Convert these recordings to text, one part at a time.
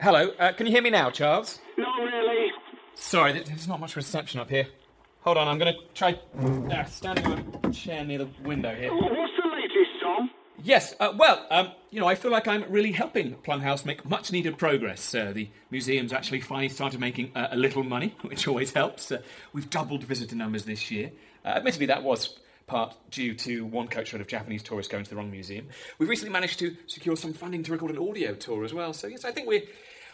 Hello, uh, can you hear me now, Charles? Not really. Sorry, there- there's not much reception up here. Hold on, I'm going to try uh, standing on a chair near the window here. Wh- What's the latest, Tom? Yes, uh, well, um, you know, I feel like I'm really helping Plumhouse make much needed progress. Uh, the museum's actually finally started making uh, a little money, which always helps. Uh, we've doubled visitor numbers this year. Uh, admittedly, that was part due to one coachload of Japanese tourists going to the wrong museum. We've recently managed to secure some funding to record an audio tour as well, so yes, I think we're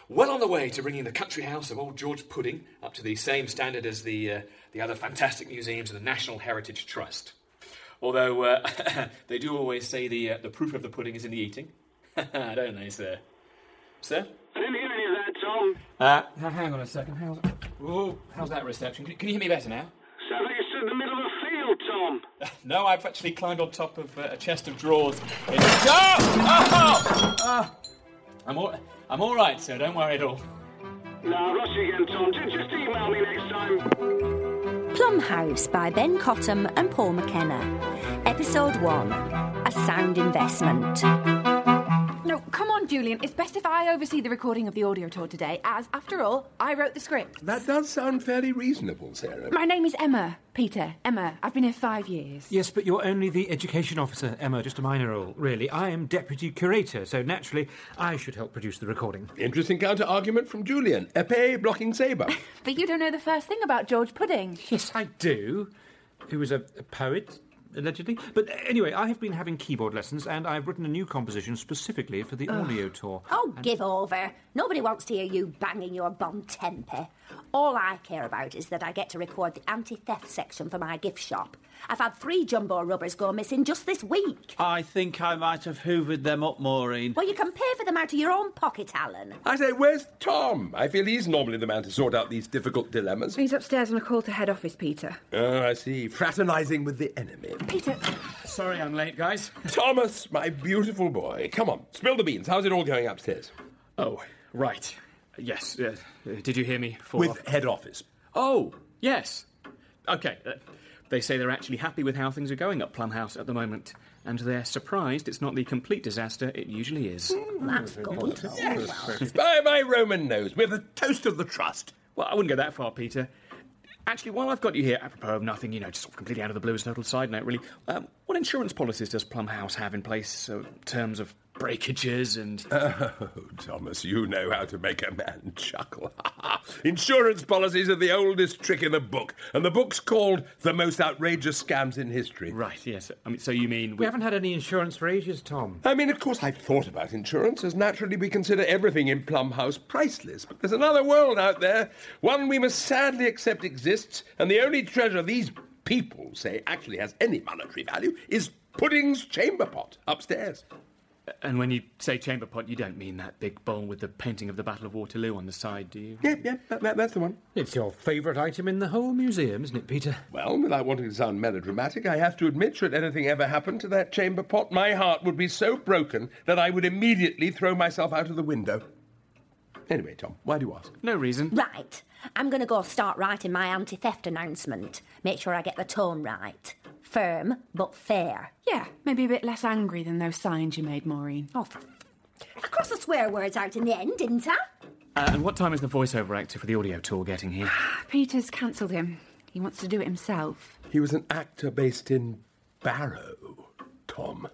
well on the way to bringing the country house of old George Pudding up to the same standard as the, uh, the other fantastic museums of the National Heritage Trust. Although uh, they do always say the uh, the proof of the pudding is in the eating, don't they, sir? Sir? I didn't hear any of that, Tom. Uh, now hang on a second. How's oh, how's that reception? Can, can you hear me better now? Sounds like it's in the middle of a field, Tom. No, I've actually climbed on top of uh, a chest of drawers. In... Oh! Oh! Ah! I'm all I'm all right, sir. Don't worry at all. No, I've lost you again, Tom. Just, just email me next time. Plum House by Ben Cottam and Paul McKenna. Episode 1 A Sound Investment. No, come on, Julian. It's best if I oversee the recording of the audio tour today, as, after all, I wrote the script. That does sound fairly reasonable, Sarah. My name is Emma. Peter, Emma. I've been here five years. Yes, but you're only the education officer, Emma, just a minor role, really. I am deputy curator, so naturally I should help produce the recording. Interesting counter argument from Julian. Epée blocking sabre. But you don't know the first thing about George Pudding. Yes, I do. Who was a, a poet, allegedly. But anyway, I have been having keyboard lessons and I've written a new composition specifically for the audio tour. Oh, give over. Nobody wants to hear you banging your bon temper. All I care about is that I get to record the anti theft section for my gift shop. I've had three jumbo rubbers go missing just this week. I think I might have hoovered them up, Maureen. Well, you can pay for them out of your own pocket, Alan. I say, where's Tom? I feel he's normally the man to sort out these difficult dilemmas. He's upstairs on a call to head office, Peter. Oh, I see. Fraternising with the enemy. Peter, Sorry, I'm late, guys. Thomas, my beautiful boy. Come on, spill the beans. How's it all going upstairs? Oh, right. Yes. Uh, did you hear me? Fall off? With head office. Oh, yes. Okay. uh, they say they're actually happy with how things are going at Plum House at the moment, and they're surprised it's not the complete disaster it usually is. that's good. By my Roman nose, we're the toast of the trust. Well, I wouldn't go that far, Peter. Actually, while I've got you here, apropos of nothing, you know, just sort of completely out of the blue as a total side note, really, um, what insurance policies does Plum House have in place uh, in terms of breakages and. Uh, Oh, Thomas, you know how to make a man chuckle. Insurance policies are the oldest trick in the book, and the book's called The Most Outrageous Scams in History. right, yes. I mean, so you mean. We haven't had any insurance for ages, Tom. I mean, of course, I've thought about insurance, as naturally we consider everything in Plum House priceless. But there's another world out there, one we must sadly accept exists, and the only treasure these people say actually has any monetary value is Pudding's chamber pot upstairs. And when you say chamber pot, you don't mean that big bowl with the painting of the Battle of Waterloo on the side, do you? Yep, yep, that, that- that's the one. It's your favourite item in the whole museum, isn't it, Peter? Well, without wanting to sound melodramatic, I have to admit, should anything ever happen to that chamber pot, my heart would be so broken that I would immediately throw myself out of the window. Anyway, Tom, why do you ask? No reason. Right. I'm going to go start writing my anti theft announcement. Make sure I get the tone right. Firm, but fair. yeah, maybe a bit less angry than those signs you made, Maureen. Oh, for... I crossed the swear words out in the end, didn't I? Uh, and what time is the voiceover actor for the audio tour getting here? Peter's cancelled him. He wants to do it himself. He was an actor based in Barrow, Tom.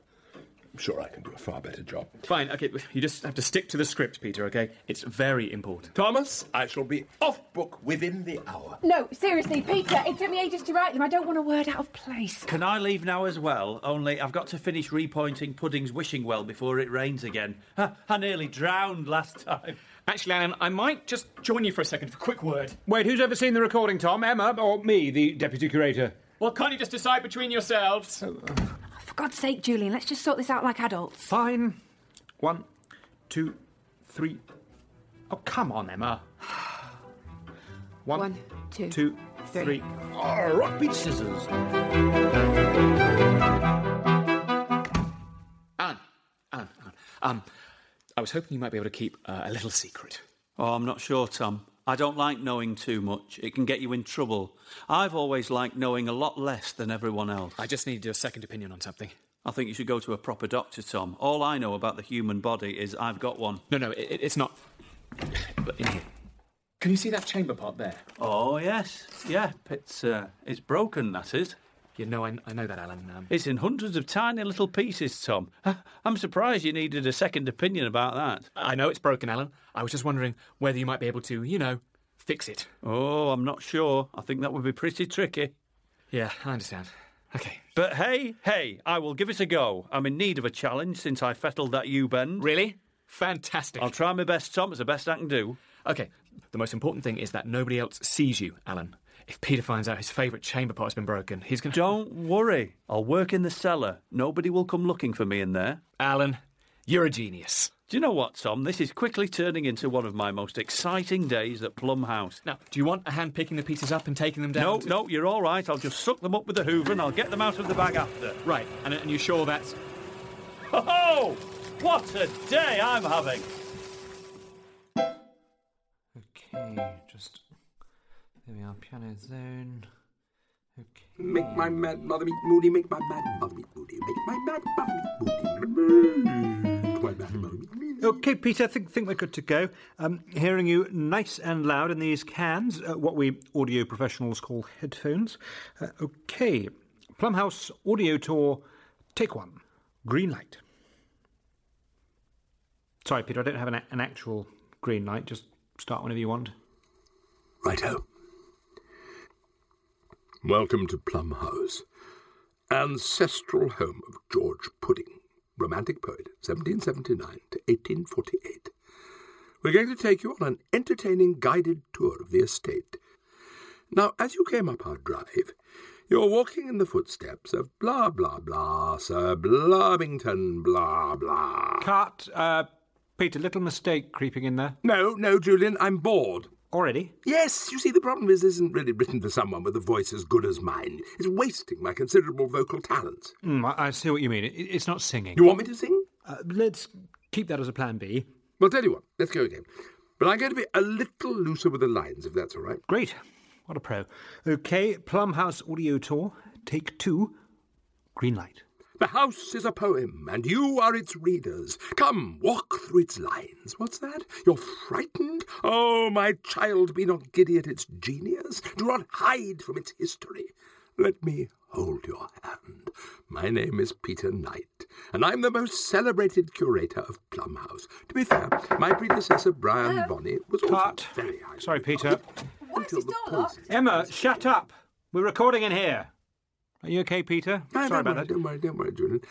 I'm sure I can do a far better job. Fine, okay, you just have to stick to the script, Peter, okay? It's very important. Thomas, I shall be off book within the hour. No, seriously, Peter, it took me ages to write them. I don't want a word out of place. Can I leave now as well? Only I've got to finish repointing Pudding's wishing well before it rains again. Ha, I nearly drowned last time. Actually, Alan, I might just join you for a second for a quick word. Wait, who's ever seen the recording, Tom? Emma or me, the deputy curator? Well, can't you just decide between yourselves? Oh, For God's sake, Julian, let's just sort this out like adults. Fine. One, two, three. Oh, come on, Emma. One, One, two, two, three. three. Oh, rock, beat scissors. Alan, Alan, Alan. Um, I was hoping you might be able to keep uh, a little secret. Oh, I'm not sure, Tom. I don't like knowing too much. It can get you in trouble. I've always liked knowing a lot less than everyone else. I just needed your second opinion on something. I think you should go to a proper doctor, Tom. All I know about the human body is I've got one. No, no, it, it's not. But in here. Can you see that chamber part there? Oh yes, yeah. It's uh, it's broken. That is. You know, I, I know that, Alan. Um, It's in hundreds of tiny little pieces, Tom. I'm surprised you needed a second opinion about that. I know it's broken, Alan. I was just wondering whether you might be able to, you know, fix it. Oh, I'm not sure. I think that would be pretty tricky. Yeah, I understand. Okay. But hey, hey, I will give it a go. I'm in need of a challenge since I fettled that U bend. Really? Fantastic. I'll try my best, Tom. It's the best I can do. Okay. The most important thing is that nobody else sees you, Alan. If Peter finds out his favourite chamber part's been broken, he's going to. Don't worry. I'll work in the cellar. Nobody will come looking for me in there. Alan, you're a genius. Do you know what, Tom? This is quickly turning into one of my most exciting days at Plum House. Now, do you want a hand picking the pieces up and taking them down? No, to- no, you're all right. I'll just suck them up with the hoover and I'll get them out of the bag after. Right, and, and you're sure that's. Oh, what a day I'm having! Okay, just. There we are, piano zone. Okay. Make my mad mother meet moody, make my mad mother meet moody, make my mad mother meet moody. Make my mad mother meet moody. Okay, Peter, I think, think we're good to go. Um, hearing you nice and loud in these cans, uh, what we audio professionals call headphones. Uh, okay, Plumhouse Audio Tour, take one. Green light. Sorry, Peter, I don't have an, a- an actual green light. Just start whenever you want. Righto. Welcome to Plum House, ancestral home of George Pudding, romantic poet, 1779 to 1848. We're going to take you on an entertaining guided tour of the estate. Now, as you came up our drive, you're walking in the footsteps of blah blah blah, Sir Blarbington, blah blah. Cut. Uh, Peter, little mistake creeping in there. No, no, Julian, I'm bored. Already? Yes, you see, the problem is this isn't really written for someone with a voice as good as mine. It's wasting my considerable vocal talents. Mm, I, I see what you mean. It, it's not singing. You want me to sing? Uh, let's keep that as a plan B. Well, tell you what, let's go again. But I'm going to be a little looser with the lines, if that's all right. Great. What a pro. Okay, Plumhouse Audio Tour, take two. Green light. The house is a poem, and you are its readers. Come, walk through its lines. What's that? You're frightened? Oh, my child, be not giddy at its genius. Do not hide from its history. Let me hold your hand. My name is Peter Knight, and I'm the most celebrated curator of Plum House. To be fair, my predecessor, Brian Bonney, was also Cut. very high. Sorry, Peter. Why is this door locked? Emma, shut up. We're recording in here. Are you okay, Peter? No, Sorry don't about worry, that. Don't worry, don't worry, Julian.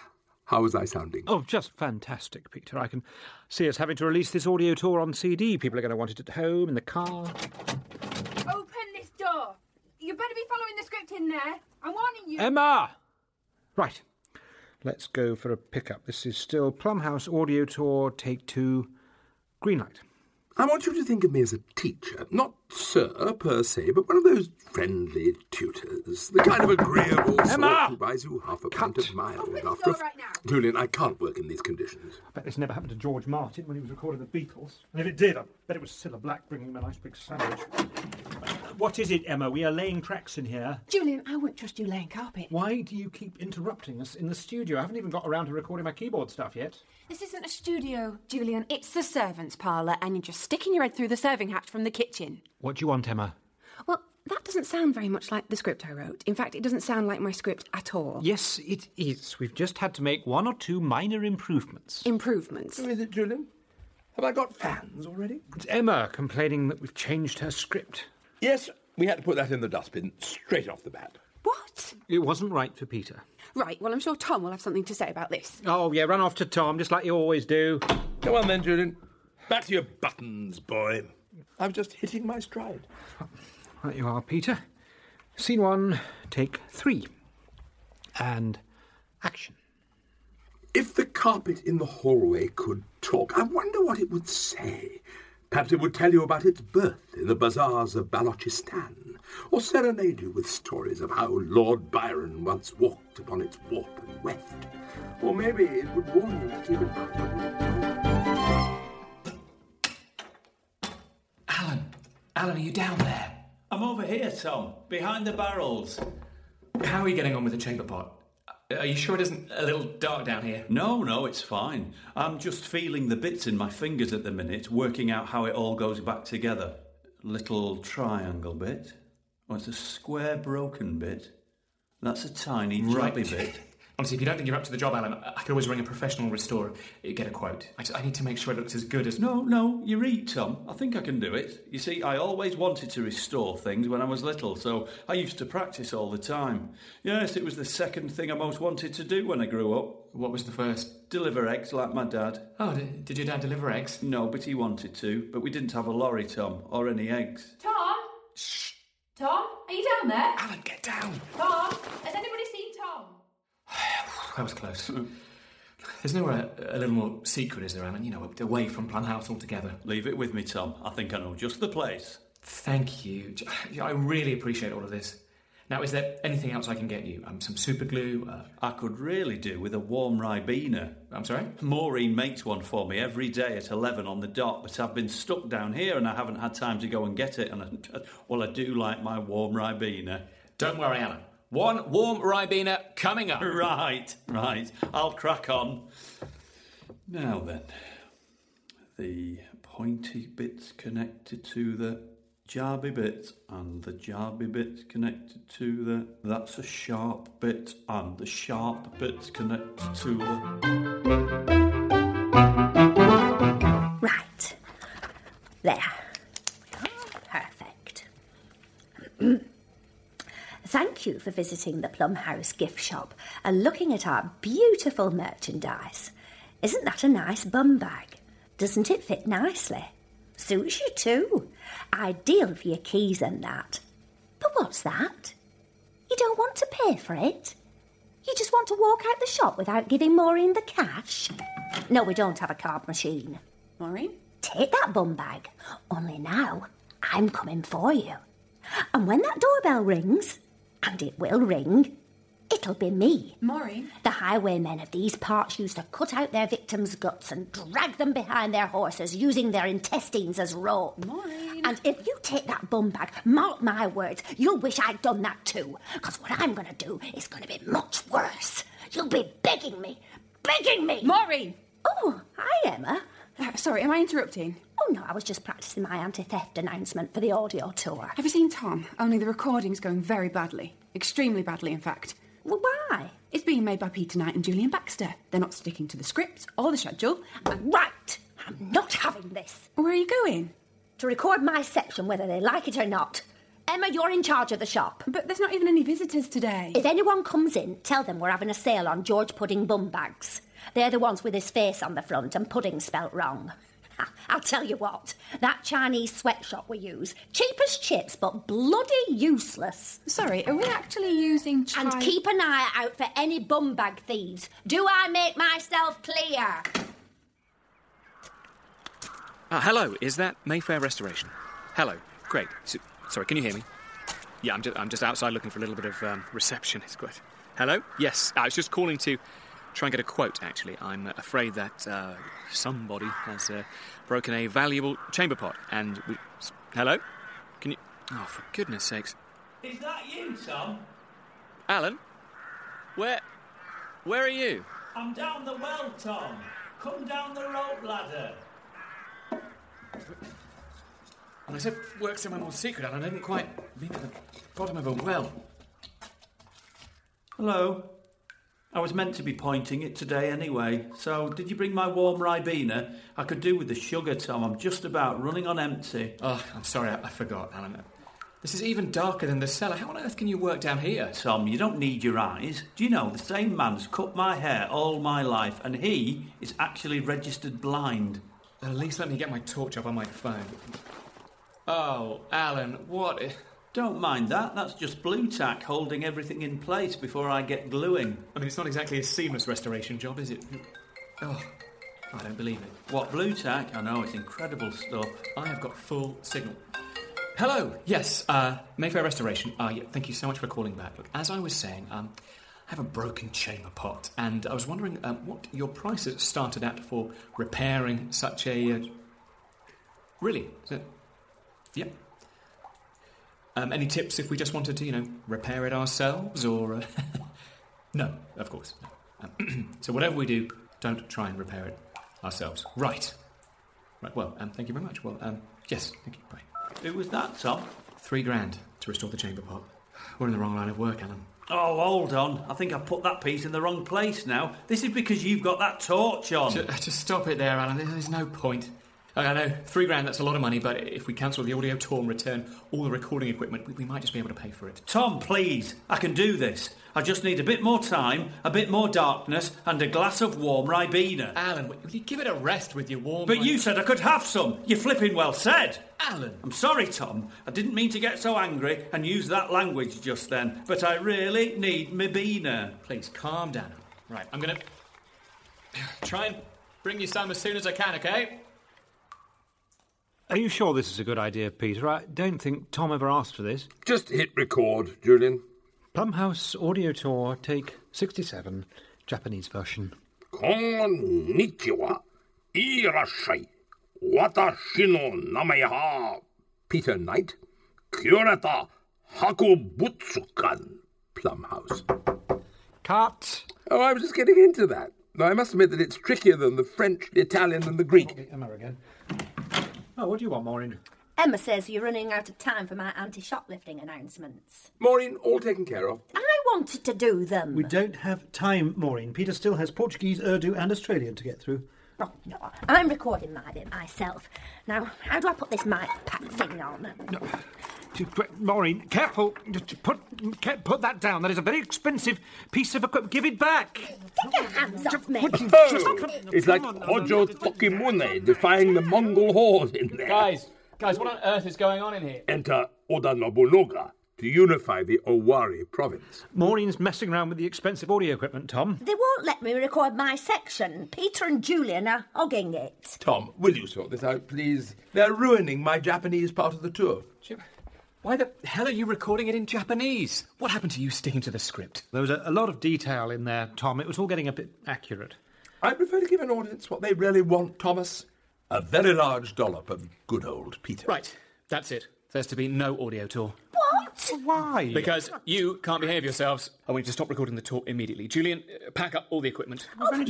How was I sounding? Oh, just fantastic, Peter. I can see us having to release this audio tour on CD. People are going to want it at home, in the car. Open this door. You better be following the script in there. I'm warning you. Emma! Right. Let's go for a pickup. This is still Plumhouse Audio Tour, take two. Green light. I want you to think of me as a teacher, not sir per se, but one of those friendly tutors, the kind of agreeable Emma! sort who buys you half a pint Cut. of mild Open the after. a door right now. Julian, I can't work in these conditions. I bet this never happened to George Martin when he was recording the Beatles. And if it did, I bet it was Cilla Black bringing him a nice big sandwich. What is it, Emma? We are laying tracks in here. Julian, I won't trust you laying carpet. Why do you keep interrupting us in the studio? I haven't even got around to recording my keyboard stuff yet. This isn't a studio, Julian. It's the servants' parlour, and you're just sticking your head through the serving hatch from the kitchen. What do you want, Emma? Well, that doesn't sound very much like the script I wrote. In fact, it doesn't sound like my script at all. Yes, it is. We've just had to make one or two minor improvements. Improvements. Who is it, Julian? Have I got fans already? It's Emma complaining that we've changed her script. Yes, we had to put that in the dustbin straight off the bat. What? It wasn't right for Peter. Right, well, I'm sure Tom will have something to say about this. Oh, yeah, run off to Tom, just like you always do. Come on then, Julian. Back to your buttons, boy. I'm just hitting my stride. Right you are, Peter. Scene one, take three. And action. If the carpet in the hallway could talk, I wonder what it would say. Perhaps it would tell you about its birth in the bazaars of Balochistan, or serenade you with stories of how Lord Byron once walked upon its warp and weft. Or maybe it would warn you to keep an eye on your door. Alan, Alan, are you down there? I'm over here, Tom, behind the barrels. How are you getting on with the chamber pot? Uh, Are you sure it isn't a little dark down here? No, no, it's fine. I'm just feeling the bits in my fingers at the minute, working out how it all goes back together. Little triangle bit. Oh, it's a square broken bit. That's a tiny jabby bit. Honestly, if you don't think you're up to the job, Alan, I I could always ring a professional restorer, uh, get a quote. I, just, I need to make sure it looks as good as. No, no, you're right, Tom. I think I can do it. You see, I always wanted to restore things when I was little, so I used to practice all the time. Yes, it was the second thing I most wanted to do when I grew up. What was the first? Deliver eggs like my dad. Oh, did, did your dad deliver eggs? No, but he wanted to, but we didn't have a lorry, Tom, or any eggs. Tom? Shh. Tom, are you down there? Alan, get down! Tom, has anybody seen Tom? That was close. There's nowhere a, a little more secret, is there, Alan? You know, away from Plum House altogether. Leave it with me, Tom. I think I know just the place. Thank you. J- I really appreciate all of this. Now, is there anything else I can get you? Um, some super glue? Uh, I could really do with a warm Ribena. I'm sorry? Maureen makes one for me every day at 11 on the dot, but I've been stuck down here and I haven't had time to go and get it. And I, well, I do like my warm Ribena. Don't worry, Alan. One warm Ribena coming up. Right, right. I'll crack on. Now then, the pointy bits connected to the jarby bit, and the jarby bit connected to the. That's a sharp bit, and the sharp bit connected to the. Right. There. Perfect. Thank you for visiting the Plum House gift shop and looking at our beautiful merchandise. Isn't that a nice bum bag? Doesn't it fit nicely? Suits you too. Ideal for your keys and that. But what's that? You don't want to pay for it? You just want to walk out the shop without giving Maureen the cash? No, we don't have a card machine. Maureen? Take that bum bag. Only now, I'm coming for you. And when that doorbell rings, and it will ring, it'll be me. Maureen? The highwaymen of these parts used to cut out their victims' guts and drag them behind their horses, using their intestines as rope. Maureen. And if you take that bum bag, mark my words, you'll wish I'd done that too. Because what I'm going to do is going to be much worse. You'll be begging me, begging me. Maureen! oh, hi, Emma. Uh, sorry, am I interrupting? Oh no, I was just practicing my anti theft announcement for the audio tour. Have you seen Tom? Only the recording's going very badly. Extremely badly, in fact. Well, why? It's being made by Peter Knight and Julian Baxter. They're not sticking to the script or the schedule. And Right! I'm not having this. where are you going? To record my section, whether they like it or not. Emma, you're in charge of the shop. But there's not even any visitors today. If anyone comes in, tell them we're having a sale on George Pudding bum bags. They're the ones with his face on the front and pudding spelt wrong. Ha, I'll tell you what, that Chinese sweatshop we use, cheap as chips but bloody useless. Sorry, are we actually using And China? keep an eye out for any bum bag thieves. Do I make myself clear? Uh, hello, is that Mayfair Restoration? Hello, great. S sorry, can you hear me? Yeah, I'm just, I'm just outside looking for a little bit of um, reception. It's good. Hello? Yes, I was just calling to try and get a quote, actually. I'm uh, afraid that uh, somebody has uh, broken a valuable chamber pot and. We, s- hello? Can you. Oh, for goodness sakes. Is that you, Tom? Alan? Where. Where are you? I'm down the well, Tom. Come down the rope ladder. Well, I said work somewhere more secret, Alan. I didn't quite mean at the bottom of a well. Hello. I was meant to be pointing it today anyway, so did you bring my warm Ribena? I could do with the sugar, Tom. I'm just about running on empty. Oh, I'm sorry, I, I forgot, Alan. This is even darker than the cellar. How on earth can you work down here? Tom, you don't need your eyes. Do you know the same man's cut my hair all my life, and he is actually registered blind? At least let me get my torch up on my phone. Oh, Alan, what? i- Don't mind that, that's just blue tack holding everything in place before I get gluing. I mean, it's not exactly a seamless restoration job, is it? Oh, I don't believe it. What blue tack? I know, it's incredible stuff. I have got full signal. Hello. Yes, uh, Mayfair Restoration. Uh, yeah, thank you so much for calling back. Look, as I was saying, um, I have a broken chamber pot, and I was wondering um, what your prices started at for repairing such a. Uh, really? Is it? Yep. Um, any tips if we just wanted to, you know, repair it ourselves, or uh, No, of course. no. Um, so whatever we do, don't try and repair it ourselves. Right. Right. Well, um, thank you very much. Well, um, yes, thank you. Bye. Who was that, Tom? Three grand to restore the chamber pot. We're in the wrong line of work, Alan. Oh, hold on. I think I put that piece in the wrong place now. This is because you've got that torch on. Ju- Just, uh, stop it there, Alan. There- There's no point. I I know three grand—that's a lot of money. But if we cancel the audio tour and return all the recording equipment, we, we might just be able to pay for it. Tom, please, I can do this. I just need a bit more time, a bit more darkness, and a glass of warm Ribena. Alan, will will you give it a rest with your warm? But you said I could have some. You flipping well said. Alan. I'm sorry, Tom. I didn't mean to get so angry and use that language just then, but I really need my beaner. Please calm down. Right, I'm gonna try and bring you some as soon as I can. Okay? Are you sure this is a good idea, Peter? I don't think Tom ever asked for this. Just hit record, Julian. Plumhouse Audio Tour, take 67, Japanese version. Konnichiwa. Irashai. Watashi no name ha. Peter Knight. Kurata Hakobutsukan. Plumhouse. Cut. Oh, I was just getting into that. Now, I must admit that it's trickier than the French, the Italian, and the Greek. American. Oh, what do you want, Maureen? Emma says you're running out of time for my anti shoplifting announcements. Maureen, all taken care of. I wanted to do them. We don't have time, Maureen. Peter still has Portuguese, Urdu, and Australian to get through. Oh, no, I'm recording my bit myself. Now, how do I put this mic pack thing on? Maureen, careful. Just Put, ca- put that down. That is a very expensive piece of equipment. Give it back. Get your hands off me. Oh! It's like Ojo Tokimune defying the Mongol horde in there. guys, what on earth is going on in here? Enter Oda Nobunaga to unify the Owari province. Maureen's messing around with the expensive audio equipment, Tom. They won't let me record my section. Peter and Julian are hogging it. Tom, will you sort this out, please? They're ruining my Japanese part of the tour. Why the hell are you recording it in Japanese? What happened to you sticking to the script? There was a, a lot of detail in there, Tom. It was all getting a bit accurate. I prefer to give an audience what they really want, Thomas. A very large dollop of good old Peter. Right, that's it. There's to be no audio tour. What? Why? Because you can't behave yourselves. I want you to stop recording the tour immediately. Julian, uh, pack up all the equipment. No, But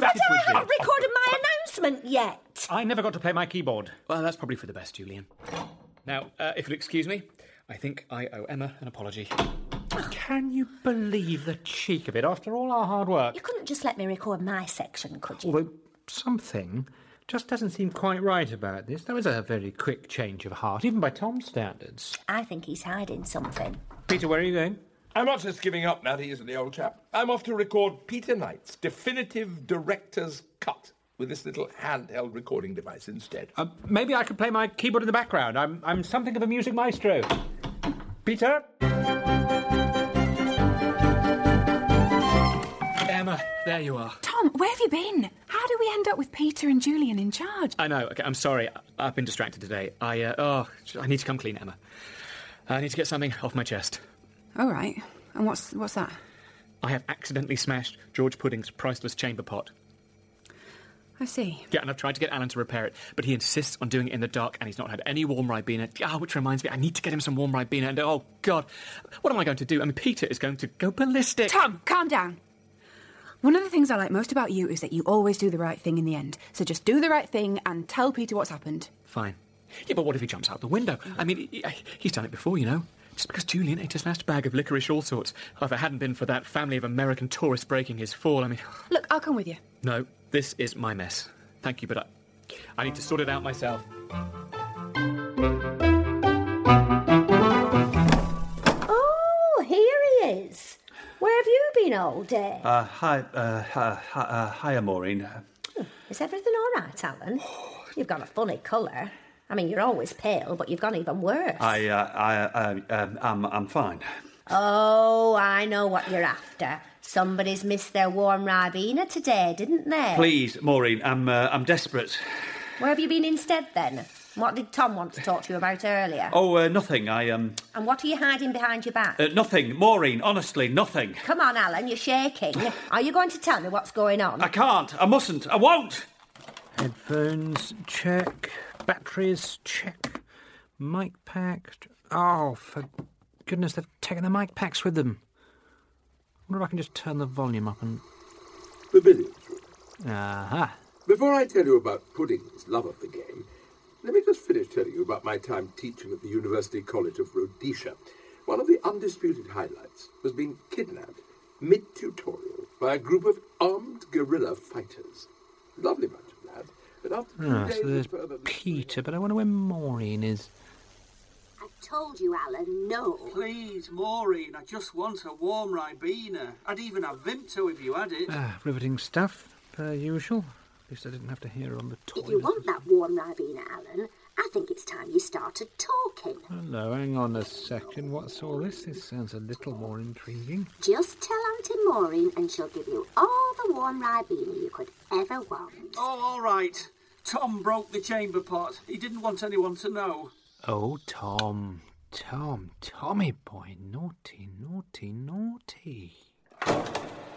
that's I haven't recorded my announcement yet. I never got to play my keyboard. Well, that's probably for the best, Julian. Now, uh, if you'll excuse me, I think I owe Emma an apology. Can you believe the cheek of it after all our hard work? You couldn't just let me record my section, could you? Although something just doesn't seem quite right about this. There was a very quick change of heart, even by Tom's standards. I think he's hiding something. Peter, where are you going? I'm not just Just giving up that easily, old chap. I'm off to record Peter Knight's definitive director's cut with this little handheld recording device instead. Uh, maybe I could play my keyboard in the background. I'm, I'm something of a music maestro. Peter? Emma, there you are. Tom, where have you been? How do we end up with Peter and Julian in charge? I know. Okay, I'm sorry. I- I've been distracted today. I uh, oh, I need to come clean, Emma. I need to get something off my chest. All right. And what's what's that? I have accidentally smashed George Pudding's priceless chamber pot. I see. Yeah, and I've tried to get Alan to repair it, but he insists on doing it in the dark, and he's not had any warm ribena. Ah, which reminds me, I need to get him some warm ribena. And oh God, what am I going to do? I mean, Peter is going to go ballistic. Tom, calm down. One of the things I like most about you is that you always do the right thing in the end. So just do the right thing and tell Peter what's happened. Fine. Yeah, but what if he jumps out the window? I mean, he- he- he's done it before, you know. Just because Julian ate a smashed bag of licorice all sorts. Oh, if it hadn't been for that family of American tourists breaking his fall, I mean, Look, I'll come with you. no, this is my mess. Thank you, but I, I need to sort it out myself. Oh, here he is. Where have you been all day? Uh, hi, uh, hi, hi, uh, hiya, Maureen. Is everything all right, Alan? You've got a funny colour. I mean, you're always pale, but you've gone even worse. I, uh, I, uh, um, I'm, I'm fine. Oh, I know what you're after. Somebody's missed their warm ribena today, didn't they? Please, Maureen, I'm, uh, I'm desperate. Where have you been instead then? What did Tom want to talk to you about earlier? Oh, uh, nothing. I, um, And what are you hiding behind your back? uh, nothing. Maureen, honestly, nothing. Come on, Alan, you're shaking. Are you going to tell me what's going on? I can't. I mustn't. I won't. Headphones, check. Batteries, check. Mic pack. Oh, for goodness, they've taken the mic packs with them. wonder if I can just turn the volume up and. uh-huh. The village. Aha. Before I tell you about Pudding's love of the game, let me just finish telling you about my time teaching at the University College of Rhodesia. One of the undisputed highlights was being kidnapped mid tutorial by a group of armed guerrilla fighters. Lovely bunch of lads, but after two Ah, days so of there's further Peter, but I wonder where Maureen is. I told you, Alan, no. Please, Maureen, I just want a warm Ribena. I'd even have Vimto if you had it. Ah, riveting stuff, per usual. At least I didn't have to hear her on the If you toilet. want that warm Ribena, Alan, I think it's time you started talking. Hello, hang on a second. What's all this? This sounds a little more intriguing. Just tell Auntie Maureen and she'll give you all the warm Ribena you could ever want. Oh, all right. Tom broke the chamber pot. He didn't want anyone to know. Oh, Tom. Tom, Tommy boy. Naughty, naughty, naughty.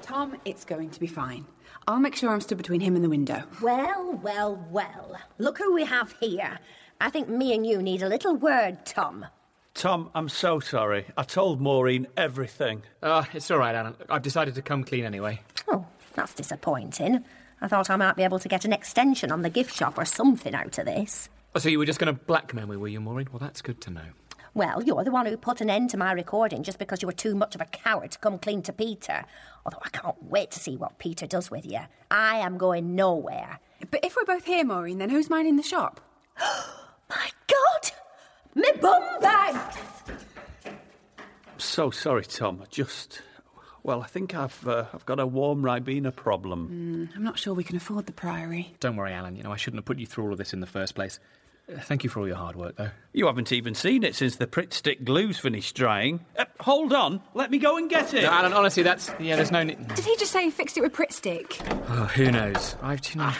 Tom, it's going to be fine. I'll make sure I'm stood between him and the window. Well, well, well. Look who we have here. I think me and you need a little word, Tom. Tom, I'm so sorry. I told Maureen everything. Uh, it's all right, Alan. I've decided to come clean anyway. Oh, that's disappointing. I thought I might be able to get an extension on the gift shop or something out of this. Oh, so you were just going to blackmail me, were you, Maureen? Well, that's good to know. Well, you're the one who put an end to my recording just because you were too much of a coward to come clean to Peter. Although I can't wait to see what Peter does with you. I am going nowhere. But if we're both here, Maureen, then who's mine in the shop? My God! Me bum bag! I'm so sorry, Tom. I just. Well, I think I've uh, I've got a warm Ribena problem. I'm not sure we can afford the Priory. Don't worry, Alan. You know, I shouldn't have put you through all of this in the first place. Uh, Thank you for all your hard work, though. You haven't even seen it since the Pritt Stick glue's finished drying. Uh, hold on. Let me go and get it. No, Alan, honestly, that's. Yeah, there's no need. Did he just say he fixed it with Pritt Stick? Oh, who knows? I've. You know,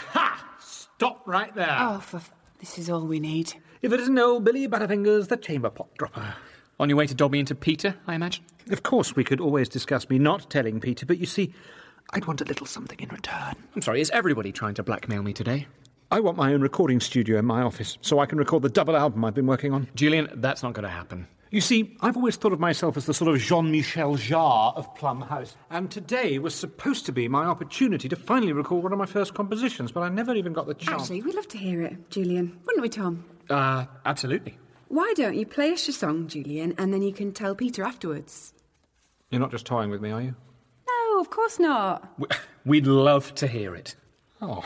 Stop right there. Oh, for f- this is all we need. Ah, If it isn't old Billy Butterfingers, the chamber pot dropper. on your way to dob me into Peter, I imagine? Of course, we could always discuss me not telling Peter, but you see, I'd want a little something in return. I'm sorry, is everybody trying to blackmail me today? I want my own recording studio in my office so I can record the double album I've been working on. Julian, that's not going to happen. You see, I've always thought of myself as the sort of Jean Michel Jarre of Plum House, and today was supposed to be my opportunity to finally record one of my first compositions, but I never even got the chance. Actually, we'd love to hear it, Julian. Wouldn't we, Tom? Uh, absolutely. Why don't you play us your song, Julian, and then you can tell Peter afterwards? You're not just toying with me, are you? No, of course not. We- We'd love to hear it. Oh,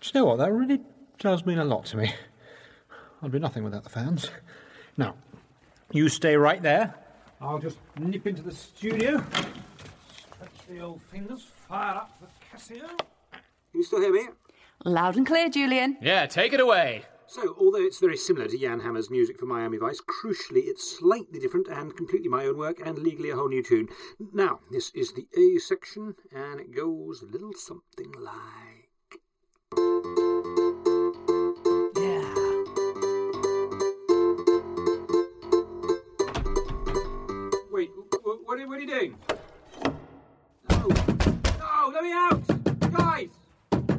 do you know what? That really does mean a lot to me. I'd be nothing without the fans. Now, you stay right there. I'll just nip into the studio. Stretch the old fingers, fire up the Casio. You still hear me? Loud and clear, Julian. Yeah, take it away. So, although it's very similar to Jan Hammer's music for Miami Vice, crucially it's slightly different and completely my own work and legally a whole new tune. Now, this is the A section and it goes a little something like. Yeah. Wait, what are, what are you doing? No! No! Let me out! Guys!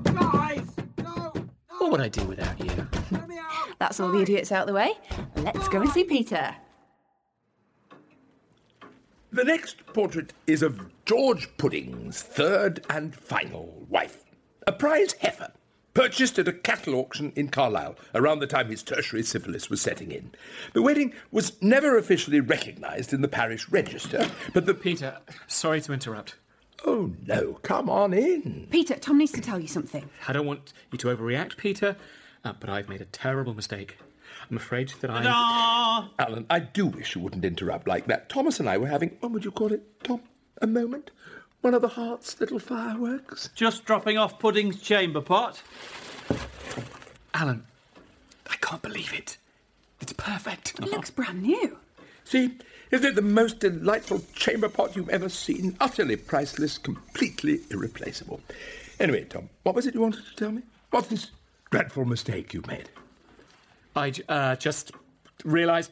Guys! No! What would I do without you? Let me out! That's all the idiots out the way. Let's go and see Peter. The next portrait is of George Pudding's third and final wife, a prize heifer, purchased at a cattle auction in Carlisle around the time his tertiary syphilis was setting in. The wedding was never officially recognised in the parish register, but the. Peter, sorry to interrupt. Oh no, come on in. Peter, Tom needs to tell you something. I don't want you to overreact, Peter, uh, but I've made a terrible mistake. I'm afraid that I. Alan, I do wish you wouldn't interrupt like that. Thomas and I were having, what would you call it, Tom? A moment? One of the heart's little fireworks? Just dropping off Pudding's chamber pot. Alan, I can't believe it. It's perfect. He looks brand new. See, isn't it the most delightful chamber pot you've ever seen? Utterly priceless, completely irreplaceable. Anyway, Tom, what was it you wanted to tell me? What's this dreadful mistake you made? I j- uh, just realised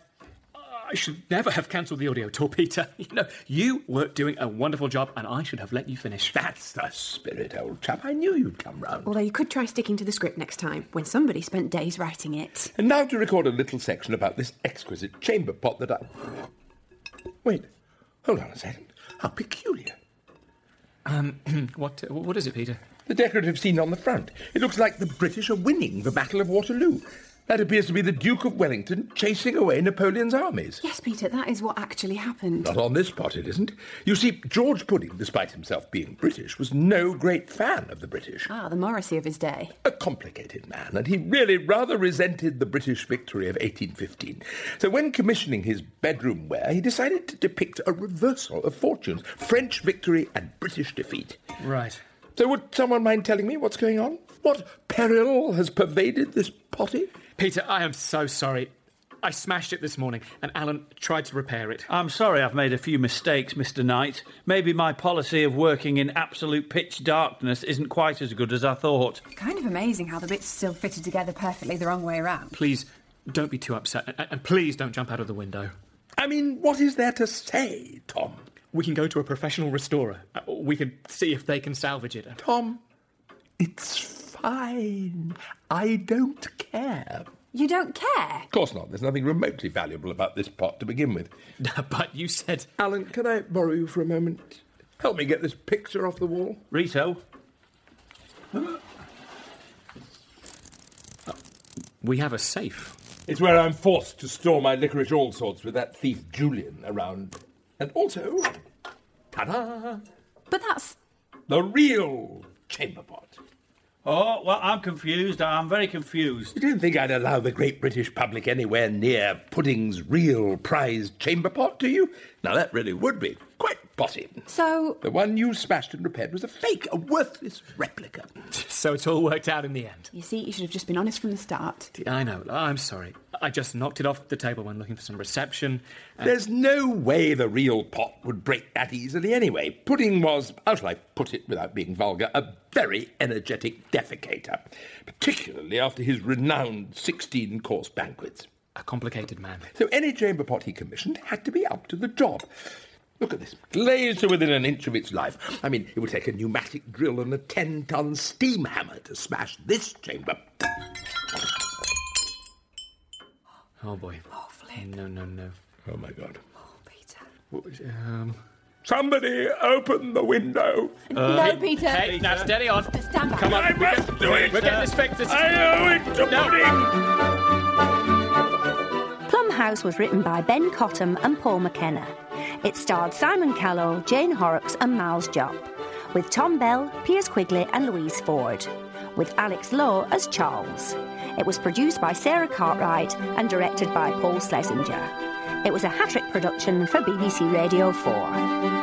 I should never have cancelled the audio tour, Peter. You know, you were doing a wonderful job, and I should have let you finish. That's the spirit, old chap. I knew you'd come round. Although you could try sticking to the script next time, when somebody spent days writing it. And now to record a little section about this exquisite chamber pot that I. Wait, hold on a second. How peculiar. Um, what, what is it, Peter? The decorative scene on the front. It looks like the British are winning the Battle of Waterloo. That appears to be the Duke of Wellington chasing away Napoleon's armies. Yes, Peter, that is what actually happened. Not on this part, it isn't. You see, George Pudding, despite himself being British, was no great fan of the British. Ah, the Morrissey of his day. A complicated man, and he really rather resented the British victory of 1815. So when commissioning his bedroom wear, he decided to depict a reversal of fortunes French victory and British defeat. Right. So would someone mind telling me what's going on? What peril has pervaded this potty? Peter, I am so sorry. I smashed it this morning, and Alan tried to repair it. I'm sorry I've made a few mistakes, Mr. Knight. Maybe my policy of working in absolute pitch darkness isn't quite as good as I thought. Kind of amazing how the bits still fitted together perfectly the wrong way around. Please don't be too upset, and, and please don't jump out of the window. I mean, what is there to say, Tom? We can go to a professional restorer. Uh, We can see if they can salvage it. Tom, it's fine. I don't care. You don't care? Of course not. There's nothing remotely valuable about this pot to begin with. but you said. Alan, can I borrow you for a moment? Help me get this picture off the wall. Rito. We have a safe. It's where I'm forced to store my licorice all sorts with that thief Julian around. And also, ta da! But that's. The real chamber pot. Oh, well, I'm confused. I'm very confused. You didn't think I'd allow the great British public anywhere near Pudding's real prize chamber pot, do you? Now that really would be quite potty. So, The one you smashed and repaired was a fake, a worthless replica. So it's all worked out in the end. you see, you should have just been honest from the start. I know. I'm sorry. I just knocked it off the table when looking for some reception. and- There's no way the real pot would break that easily anyway. Pudding was, how shall I put it without being vulgar, a very energetic defecator, particularly after his renowned 16 course banquets. a complicated man. So any chamber pot he commissioned had to be up to the job. Look at this, glazed to within an inch of its life. I mean, it would take a pneumatic drill and a 10 ton steam hammer to smash this chamber. Oh boy. Oh, Flynn. No, no, no. Oh my god. Peter. What was- Um, Somebody open the window. no, Peter. hey, now steady on. Stand back. Come on. I must do it. We're getting this fixed. This is- I owe it to No. Pudding. Plum House was written by Ben Cottam and Paul McKenna. It starred Simon Callow, Jane Horrocks, and Miles Jopp, with Tom Bell, Piers Quigley, and Louise Ford, with Alex Lowe as Charles. It was produced by Sarah Cartwright and directed by Paul Schlesinger. It was a hat trick production for BBC Radio 4.